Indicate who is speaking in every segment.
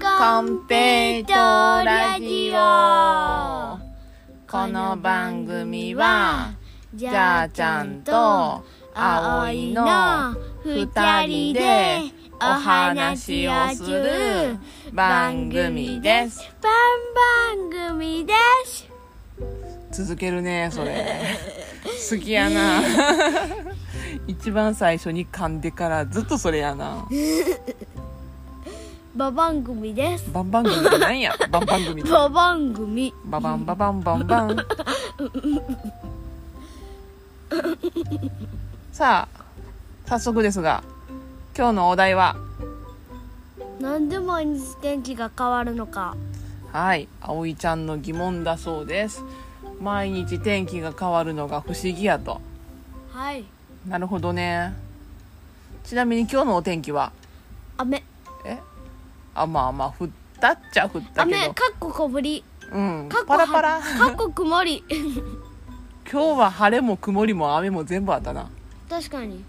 Speaker 1: コンペイトラジオこの番組は
Speaker 2: じ
Speaker 1: じゃあちゃんとあおいの二人でお話をする番組です
Speaker 2: 番番組です
Speaker 1: 続けるねそ れ好きやな一番最初に噛んでからずっとそれやな
Speaker 2: バ番組です
Speaker 1: バンバン組ってなんやバンバン組って
Speaker 2: バ番組
Speaker 1: ババンババンバンバン さあ早速ですが今日のお題は
Speaker 2: なんで毎日天気が変わるのか
Speaker 1: はい葵ちゃんの疑問だそうです毎日天気が変わるのが不思議やと
Speaker 2: はい
Speaker 1: なるほどねちなみに今日のお天気は
Speaker 2: 雨
Speaker 1: あまあまあ降ったっちゃ降ったけ
Speaker 2: 雨
Speaker 1: ど
Speaker 2: かっこ小降り
Speaker 1: うん
Speaker 2: かっこ
Speaker 1: パラパラ
Speaker 2: かっこ曇り
Speaker 1: 今日は晴れも曇りも雨も全部あったな
Speaker 2: 確かに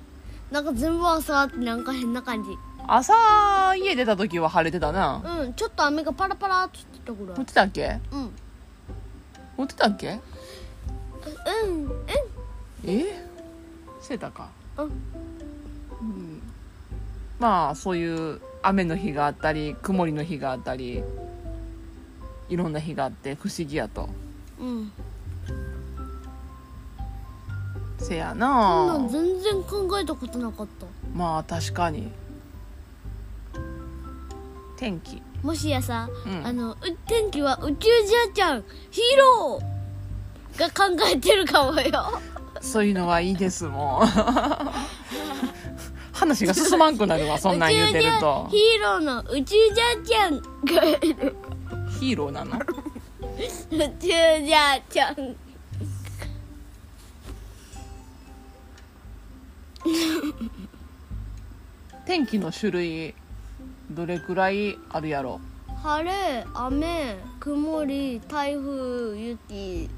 Speaker 2: なんか全部朝あってなんか変な感じ
Speaker 1: 朝家出た時は晴れてたな
Speaker 2: うんちょっと雨がパラパラっとってたぐら
Speaker 1: 降っ
Speaker 2: い
Speaker 1: てたっけ
Speaker 2: うん
Speaker 1: 降ってたっけ
Speaker 2: うんうん
Speaker 1: えしてたか
Speaker 2: うん
Speaker 1: うんまあそういう雨の日があったり曇りの日があったりいろんな日があって不思議やと
Speaker 2: うん
Speaker 1: せや
Speaker 2: そんな
Speaker 1: なん
Speaker 2: 全然考えたことなかった
Speaker 1: まあ確かに天気
Speaker 2: もしやさ、
Speaker 1: うん
Speaker 2: あのう天気は宇宙じゃちゃんヒーローが考えてるかもよ
Speaker 1: そういうのはいいですも ん話が進まんくなるわそんなん言うてると
Speaker 2: 宇宙じゃヒーローの宇宙じゃちゃんがいる
Speaker 1: ヒーローなの
Speaker 2: 宇宙じゃちゃん
Speaker 1: 天気の種類どれくらいあるやろ
Speaker 2: 晴れ雨曇り台風雪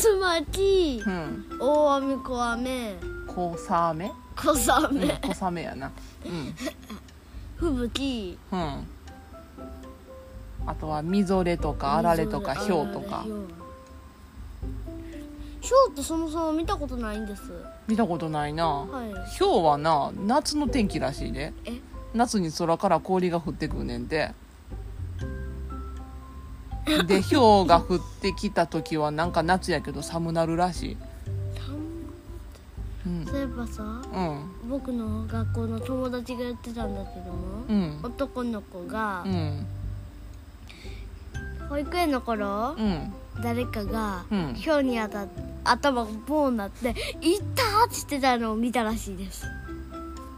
Speaker 2: 竜巻
Speaker 1: うん
Speaker 2: 大雨小雨
Speaker 1: 小雨
Speaker 2: 小
Speaker 1: うん
Speaker 2: 雨
Speaker 1: 小雨やなうん
Speaker 2: 吹雪
Speaker 1: うんあとはみぞれとかあられとかひょうとか
Speaker 2: ひょうってそもそも見たことないんです
Speaker 1: 見たことないな
Speaker 2: はい
Speaker 1: ひょうはな夏の天気らしいで
Speaker 2: え
Speaker 1: 夏に空から氷が降ってくんねんてでひょうが降ってきた時はなんか夏やけど寒なるらしいうん
Speaker 2: そういえばさ
Speaker 1: うん
Speaker 2: 僕の学校の友達がやってたんだけども、
Speaker 1: うん
Speaker 2: 男の子が
Speaker 1: う、ん
Speaker 2: 保育園の頃、
Speaker 1: うん
Speaker 2: 誰かが、
Speaker 1: うん
Speaker 2: ひょうに当たっ頭がボーンなって「いった!」ってしてたのを見たらしいです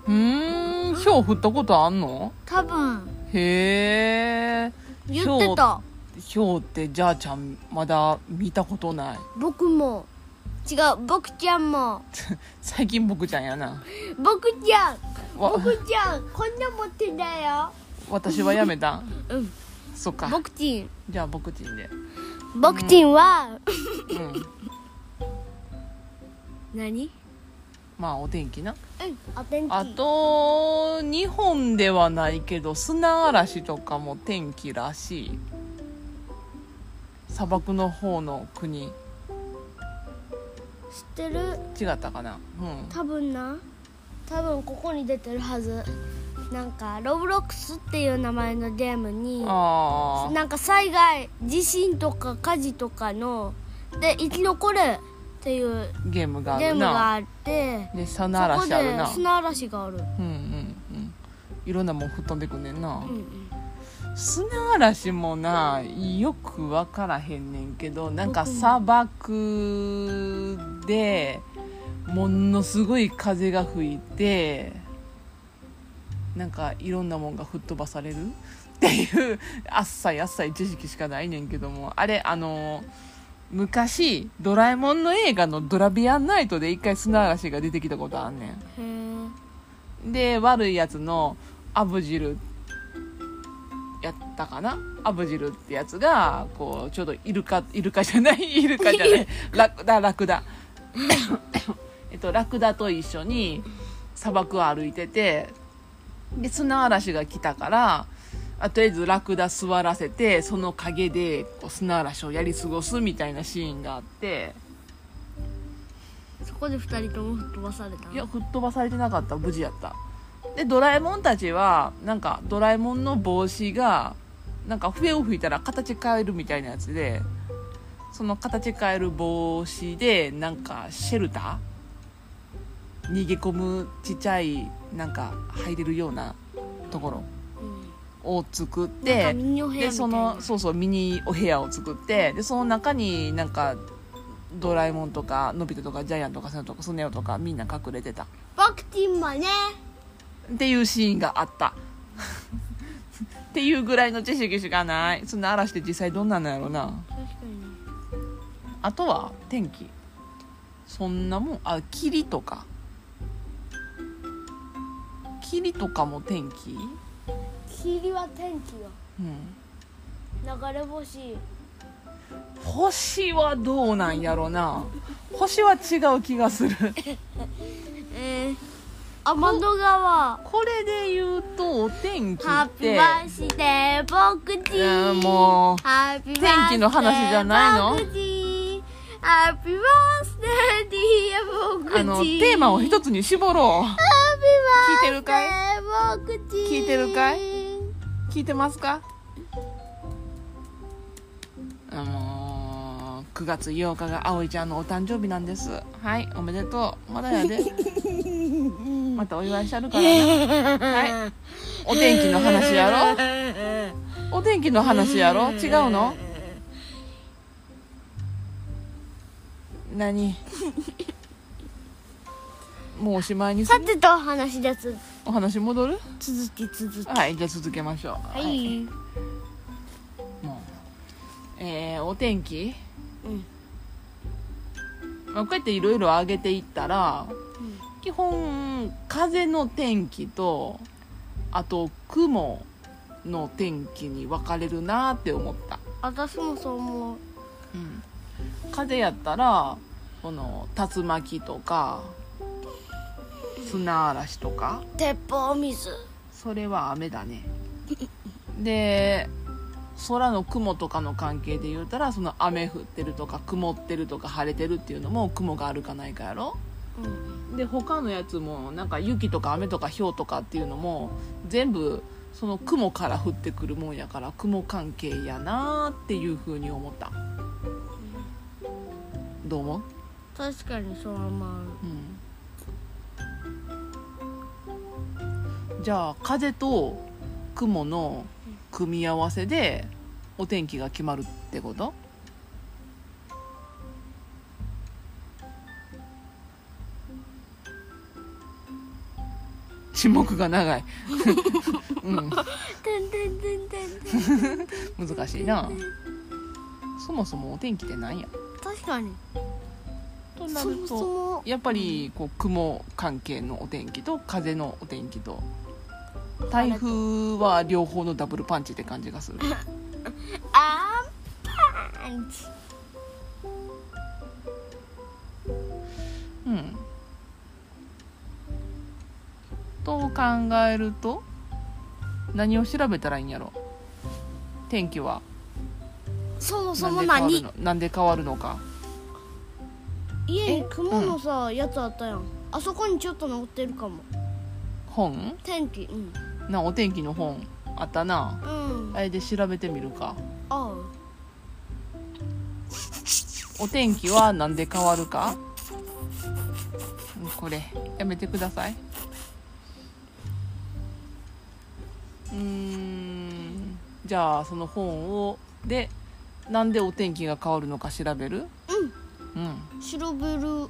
Speaker 1: うーんひょう降ったことあんの
Speaker 2: 多分
Speaker 1: へえ
Speaker 2: 言ってた
Speaker 1: ひょうってじゃあちゃんまだ見たことない
Speaker 2: 僕も違う僕ちゃんも
Speaker 1: 最近僕ちゃんやな
Speaker 2: 僕ちゃん
Speaker 1: わ
Speaker 2: 僕ちゃんこんな持ってんだよ
Speaker 1: 私はやめたん
Speaker 2: うん
Speaker 1: そっか
Speaker 2: 僕ちん
Speaker 1: じゃあ僕ちんで
Speaker 2: 僕ちんは、
Speaker 1: うん
Speaker 2: 何
Speaker 1: まあお天気な
Speaker 2: うんお天気
Speaker 1: あと日本ではないけど砂嵐とかも天気らしい砂漠の方の国
Speaker 2: 知
Speaker 1: 違
Speaker 2: ってる
Speaker 1: ったかなうん
Speaker 2: 多分な多分ここに出てるはずなんかロブロックスっていう名前のゲームに
Speaker 1: ああ
Speaker 2: なんか災害地震とか火事とかので生き残るっていう
Speaker 1: ゲームがあ
Speaker 2: ゲー
Speaker 1: る
Speaker 2: ムが
Speaker 1: な
Speaker 2: あって
Speaker 1: で砂
Speaker 2: そこ
Speaker 1: 嵐ある
Speaker 2: で
Speaker 1: な
Speaker 2: 砂嵐がある、
Speaker 1: うんうんうんいろんなもん吹っ飛んでくんねんな、
Speaker 2: うんうん、
Speaker 1: 砂嵐もなよく分からへんねんけどなんか
Speaker 2: 僕も
Speaker 1: 砂漠でものすごい風が吹いてなんかいろんなもんが吹っ飛ばされるっていうあっさいあっさい知識しかないねんけどもあれあの昔ドラえもんの映画の「ドラビアンナイト」で一回砂嵐が出てきたことあんねん。
Speaker 2: へえ
Speaker 1: で悪いやつのアブジルやったかなアブジルってやつがこうちょうどイルカイルカじゃない イルカじゃないラクダラクダ えっとラクダと一緒に砂漠を歩いててで砂嵐が来たからあとりあえずラクダ座らせてその陰でこう砂嵐をやり過ごすみたいなシーンがあって
Speaker 2: そこで二人とも吹っ飛ばされたの
Speaker 1: いや吹っ飛ばされてなかった無事やったでドラえもんたちはなんかドラえもんの帽子がなんか笛を吹いたら形変えるみたいなやつでその形変える帽子でなんかシェルター逃げ込むちっちゃいなんか入れるようなところ
Speaker 2: うん
Speaker 1: を作っ
Speaker 2: なんか
Speaker 1: て
Speaker 2: ミニお部屋みたい
Speaker 1: で
Speaker 2: な
Speaker 1: そのそうそうミニお部屋を作ってでその中になんかドラえもんとかのび太とかジャイアンとかセノとかスネ夫とかみんな隠れてた
Speaker 2: 僕ちんもね
Speaker 1: っていうシーンがあった っていうぐらいの知識しかないそんな嵐って実際どんなんなんやろな
Speaker 2: 確かにね
Speaker 1: あとは天気そんなもんあ霧とか霧とかも天気
Speaker 2: 霧は天気よ
Speaker 1: うん
Speaker 2: 流れ星
Speaker 1: 星はどうなんやろな星は違う気がする
Speaker 2: えー、天の川
Speaker 1: これで言うとお天気
Speaker 2: ハッ
Speaker 1: っ
Speaker 2: ピー
Speaker 1: て
Speaker 2: バースデー僕ち
Speaker 1: いやもう
Speaker 2: ハッピーバースデー
Speaker 1: 天気の話じゃないの
Speaker 2: 僕ちハッピーバースデーディア僕ち
Speaker 1: あのテーマを一つに絞ろ
Speaker 2: ハッピーバー
Speaker 1: う聞いてる
Speaker 2: スデ
Speaker 1: かい
Speaker 2: ー僕ち
Speaker 1: 聞いてるかい聞いてますかあのー、9月8日が葵ちゃんのお誕生日なんですはいおめでとうまだ やでまたお祝いしてあるからねはいお天気の話やろお天気の話やろ違うの 何もうおしまいにす
Speaker 2: さ
Speaker 1: る
Speaker 2: てとお話です
Speaker 1: お話戻る
Speaker 2: 続き続き
Speaker 1: はいじゃあ続けましょう
Speaker 2: はい、
Speaker 1: もうえー、お天気、
Speaker 2: うん
Speaker 1: まあ、こうやっていろいろ上げていったら、基本風の天気とあと雲の天気に分かれるなって思った、
Speaker 2: 私もそう思う
Speaker 1: 風やったらこの竜巻とか砂嵐とか
Speaker 2: 鉄砲水
Speaker 1: それは雨だねで空の雲とかの関係で言うたらその雨降ってるとか曇ってるとか晴れてるっていうのも雲があるかないかやろ
Speaker 2: うん
Speaker 1: で他のやつもなんか雪とか雨とか氷とかっていうのも全部その雲から降ってくるもんやから雲関係やなーっていうふうに思ったどう思う
Speaker 2: 確かにそう思う
Speaker 1: うんじゃあ風と雲の組み合わせでお天気が決まるってこと 沈黙が長い、 うん、
Speaker 2: てんてんてんてんてん
Speaker 1: 難しいなそもそもお天気って何や
Speaker 2: 確かに
Speaker 1: とな
Speaker 2: そ
Speaker 1: る
Speaker 2: もそ
Speaker 1: と
Speaker 2: も
Speaker 1: やっぱりこう雲関係のお天気と風のお天気と台風は両方のダブルパンチって感じがする
Speaker 2: アンパンチ
Speaker 1: うんと考えると何を調べたらいいんやろ天気は
Speaker 2: そもそ
Speaker 1: なん
Speaker 2: も
Speaker 1: で変わ
Speaker 2: 何
Speaker 1: るのなんで変わるのか
Speaker 2: 家に雲のさ、やつあったやんあそこにちょっと残ってるかも
Speaker 1: 本
Speaker 2: 天気うん
Speaker 1: なお天気の本あったな
Speaker 2: うん
Speaker 1: あれで調べてみるか
Speaker 2: あう
Speaker 1: お天気はなんで変わるかうんこれやめてくださいうーんじゃあその本をでなんでお天気が変わるのか調べるうん
Speaker 2: 白ベルベ
Speaker 1: うんうん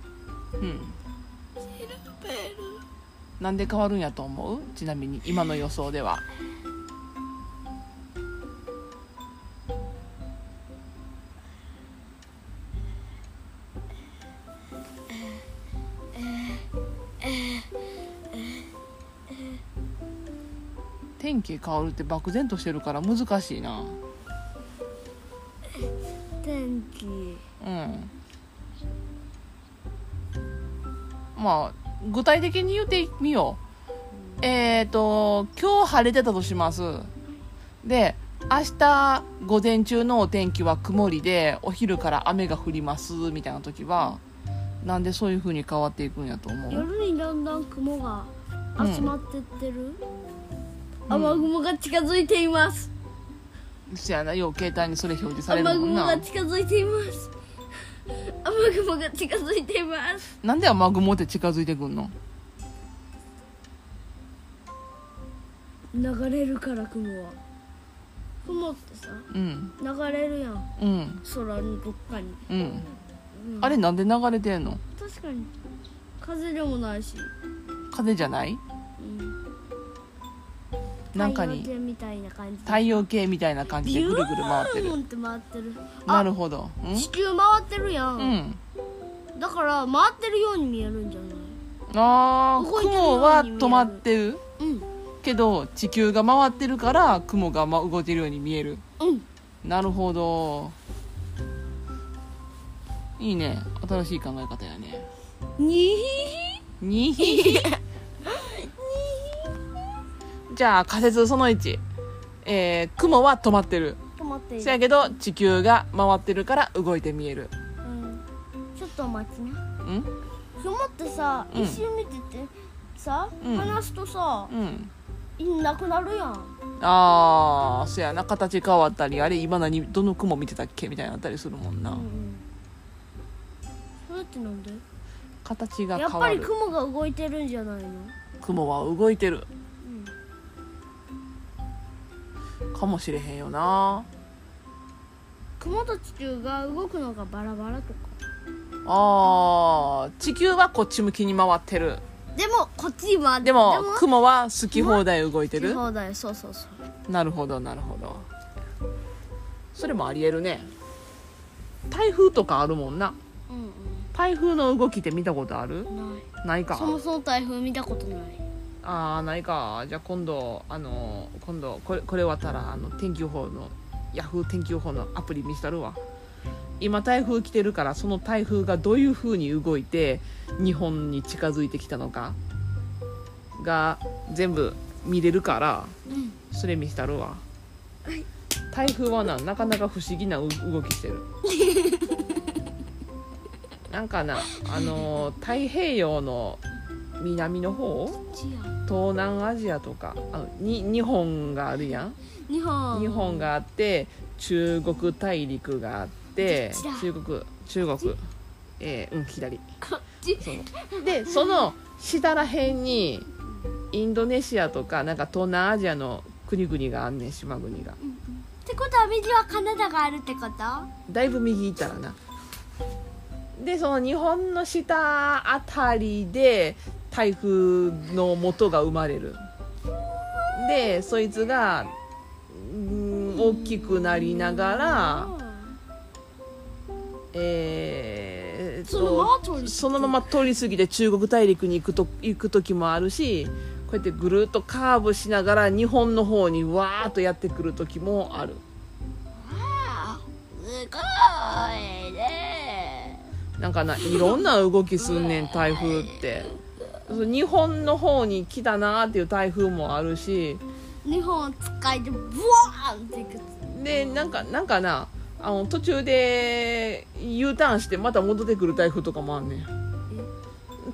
Speaker 1: なんで変わるんやと思うちなみに今の予想では天気変わるって漠然としてるから難しいな
Speaker 2: ル天気
Speaker 1: うんまあ具体的に言ってみようえっ、ー、と今日晴れてたとしますで明日午前中のお天気は曇りでお昼から雨が降りますみたいな時はなんでそういう風に変わっていくんやと思う
Speaker 2: 夜にだんだん雲が集まってってる、雨雲が近づいています、
Speaker 1: そやなよう携帯にそれ表示され
Speaker 2: 雨
Speaker 1: るもん
Speaker 2: 雲が
Speaker 1: な
Speaker 2: 近づいています雨雲が近づいています
Speaker 1: なんで雨雲って近づいてくんの
Speaker 2: 流れるから雲は雲ってさ
Speaker 1: うん
Speaker 2: 流れるやん
Speaker 1: うん
Speaker 2: 空のどっかに、
Speaker 1: うん
Speaker 2: うん
Speaker 1: あれなんで流れてんの
Speaker 2: 確かに風でもないし、
Speaker 1: 風じゃない
Speaker 2: うん、
Speaker 1: なんか
Speaker 2: 太
Speaker 1: に
Speaker 2: 陽系みたいな感じ
Speaker 1: 太陽系みたいな感じでぐるぐる回って
Speaker 2: ビュ
Speaker 1: る
Speaker 2: ーンって回ってるあ
Speaker 1: なるほど
Speaker 2: 地球回ってるや、
Speaker 1: うんん
Speaker 2: だから回ってるように見えるんじゃない
Speaker 1: あー
Speaker 2: 動いてるように
Speaker 1: 雲は止まってる
Speaker 2: うん
Speaker 1: けど地球が回ってるから雲がま動いてるように見える
Speaker 2: うん
Speaker 1: なるほどいいね新しい考え方やね
Speaker 2: に
Speaker 1: にひひじゃあ仮説その1、えー雲は止まってる
Speaker 2: 止まってい
Speaker 1: せや
Speaker 2: る、
Speaker 1: けど地球が回ってるから動いて見える
Speaker 2: うん、ちょっと待ちなん雲ってさ
Speaker 1: うん
Speaker 2: 一瞬見ててさ、
Speaker 1: うん
Speaker 2: 離すとさ
Speaker 1: うん
Speaker 2: いなくなるやん
Speaker 1: ああそやな形変わったりあれ今何どの雲見てたっけみたいになったりするもんな、
Speaker 2: うんうんそれってなんで
Speaker 1: 形が
Speaker 2: や
Speaker 1: 変
Speaker 2: っぱ
Speaker 1: わ
Speaker 2: り
Speaker 1: る
Speaker 2: 雲が動いてるんじゃないの
Speaker 1: 雲は動いてる
Speaker 2: うん
Speaker 1: かもしれへんよな
Speaker 2: 雲と地球が動くのがバラバラとか
Speaker 1: あー地球はこっち向きに回ってる
Speaker 2: でもこっちに回って
Speaker 1: でも
Speaker 2: でも
Speaker 1: 雲は好き放題動いてる
Speaker 2: そうだよそうそうそう
Speaker 1: なるほどなるほどそれもありえるね台風とかあるもんな
Speaker 2: うん
Speaker 1: 台風の動きって見たことある
Speaker 2: うんない
Speaker 1: ないか
Speaker 2: そもそも台風見たことない
Speaker 1: ああないかじゃあ今度あの今度これこれ終わったらあの天気予報のヤフー天気予報のアプリ見したるわ今台風来てるからその台風がどういうふうに動いて日本に近づいてきたのかが全部見れるから
Speaker 2: うん
Speaker 1: それ見したるわ台風はななかなか不思議なう動 きしてるなんかなあの太平洋の南の方
Speaker 2: 違う
Speaker 1: 東南アジアとかあに日本があるやん
Speaker 2: 日本
Speaker 1: 日本があって中国大陸があって
Speaker 2: どっちだ
Speaker 1: 中国中国えーうん左
Speaker 2: こっち
Speaker 1: そのでその下らへんにインドネシアとかなんか東南アジアの国々があんねん島国が
Speaker 2: ってことは右はカナダがあるってこと
Speaker 1: だいぶ右行ったらなでその日本の下あたりで台風の元が生まれるでそいつがうん大きくなりながらえーっと
Speaker 2: そのまま通り過ぎて
Speaker 1: そのまま通り過ぎて中国大陸に行くと行く時もあるしこうやってぐるっとカーブしながら日本の方にわーっとやってくる時もある
Speaker 2: あーすごいね
Speaker 1: なんかないろんな動きすんねん台風ってそう日本の方に来たなーっていう台風もあるし
Speaker 2: 日本を使いでブワーンっていく
Speaker 1: でなんかなんかなあの途中で U ターンしてまた戻ってくる台風とかもあんねん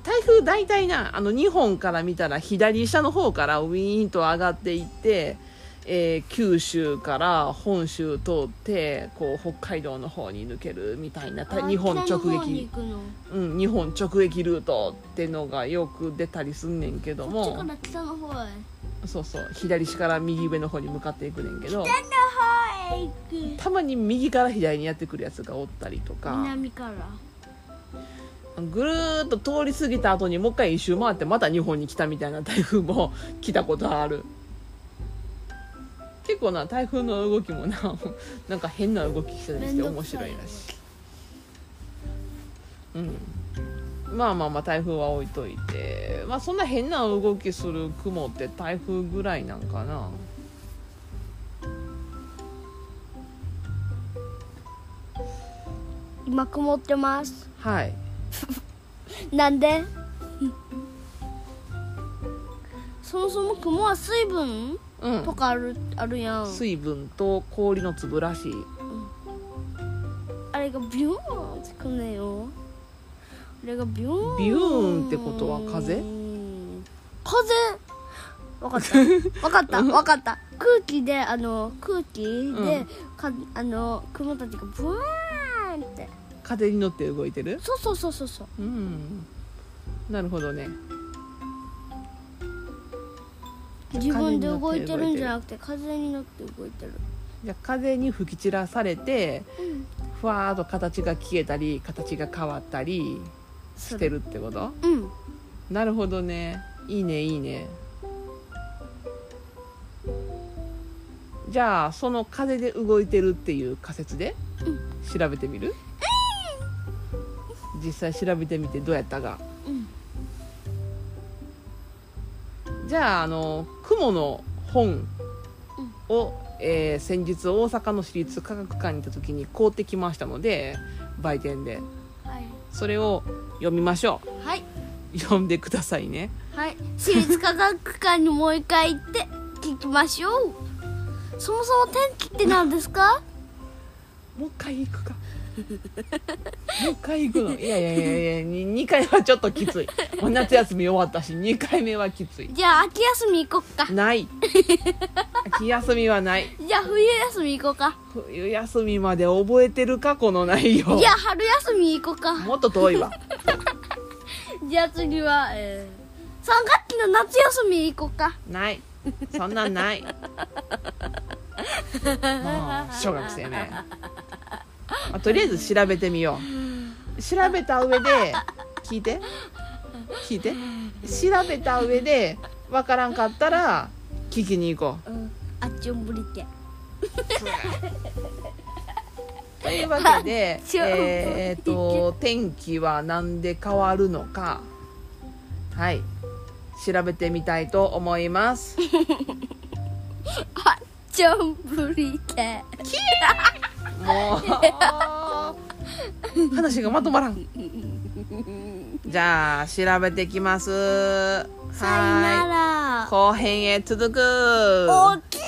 Speaker 1: 台風大体なあの日本から見たら左下の方からウィーンと上がっていって、えー九州から本州通ってこう北海道の方に抜けるみたいなた日本直
Speaker 2: 北の方に
Speaker 1: 撃
Speaker 2: 行、くの
Speaker 1: うん、日本直撃ルートってのがよく出たりすんねんけど
Speaker 2: こっちか
Speaker 1: も
Speaker 2: ら北の方へ
Speaker 1: そうそう左下から右上の方に向かっていくねんけ
Speaker 2: 北の
Speaker 1: ど。
Speaker 2: 方へ行く
Speaker 1: たまに右から左にやってくるやつがおったりとか
Speaker 2: 南から
Speaker 1: ぐるーっと通り過ぎた後にもう一回一周回ってまた日本に来たみたいな台風も 来たことある結構な台風の動きもな なんか変な動きしてたりし
Speaker 2: め
Speaker 1: て
Speaker 2: んど
Speaker 1: 面
Speaker 2: くさ
Speaker 1: 白
Speaker 2: い
Speaker 1: いらしい、うん、まあまあまあ台風は置いといてまあそんな変な動きする雲って台風ぐらいなんかな
Speaker 2: 今曇ってます
Speaker 1: はい
Speaker 2: なんで そもそも雲は水分
Speaker 1: うん
Speaker 2: とかあるあるやん
Speaker 1: 水分と氷の粒らしい
Speaker 2: あれがビューンってくんねんよあれがビューン
Speaker 1: ビューンってことは風
Speaker 2: 風わかった わかったわかった空気であの空気で、
Speaker 1: うん
Speaker 2: かあの雲たちがブワーンって
Speaker 1: 風に乗って動いてる
Speaker 2: そうそうそうそうそう
Speaker 1: うんなるほどね
Speaker 2: 自分で動いてるんじゃなくて風に乗って動いてる
Speaker 1: じゃあ風に吹き散らされて
Speaker 2: うん
Speaker 1: ふわーっと形が消えたり形が変わったり
Speaker 2: し
Speaker 1: してるってこと
Speaker 2: うん
Speaker 1: なるほどねいいねいいねじゃあその風で動いてるっていう仮説で調べてみる、実際調べてみてどうやったか、
Speaker 2: うん
Speaker 1: じゃああの雲の本を、えー先日大阪の私立科学館に行った時に買うてきましたので売店で
Speaker 2: はい
Speaker 1: それを読みましょ
Speaker 2: はい、
Speaker 1: う読んでくださいね
Speaker 2: はい、私立科学館にもう一回行って聞きましょうそもそも天気って何ですか
Speaker 1: もう一回行くかもう一回行くのいやいやいやいや2回はちょっときついもう夏休み終わったし2回目はきつい
Speaker 2: じゃあ秋休み行こっか
Speaker 1: ない秋休みはない
Speaker 2: じゃあ冬休み行こうか
Speaker 1: 冬休みまで覚えてるかこの内容
Speaker 2: じゃあ春休み行こうか
Speaker 1: もっと遠いわ
Speaker 2: じゃあ次は、えー、3学期の夏休み行こうか
Speaker 1: ないそんなんないもう 小学生ね、まあ、とりあえず調べてみよう調べた上で聞いて聞いて調べた上でわからんかったら聞きに行こ
Speaker 2: うんあっちをぶりて
Speaker 1: うというわけで
Speaker 2: あ、ちょ
Speaker 1: えーえーと天気はなんで変わるのかはい調べてみたいと思います
Speaker 2: あっちょんぶりて
Speaker 1: もう 話がまとまらんじゃあ調べてきます
Speaker 2: さよなら
Speaker 1: はい後編へ続く
Speaker 2: おき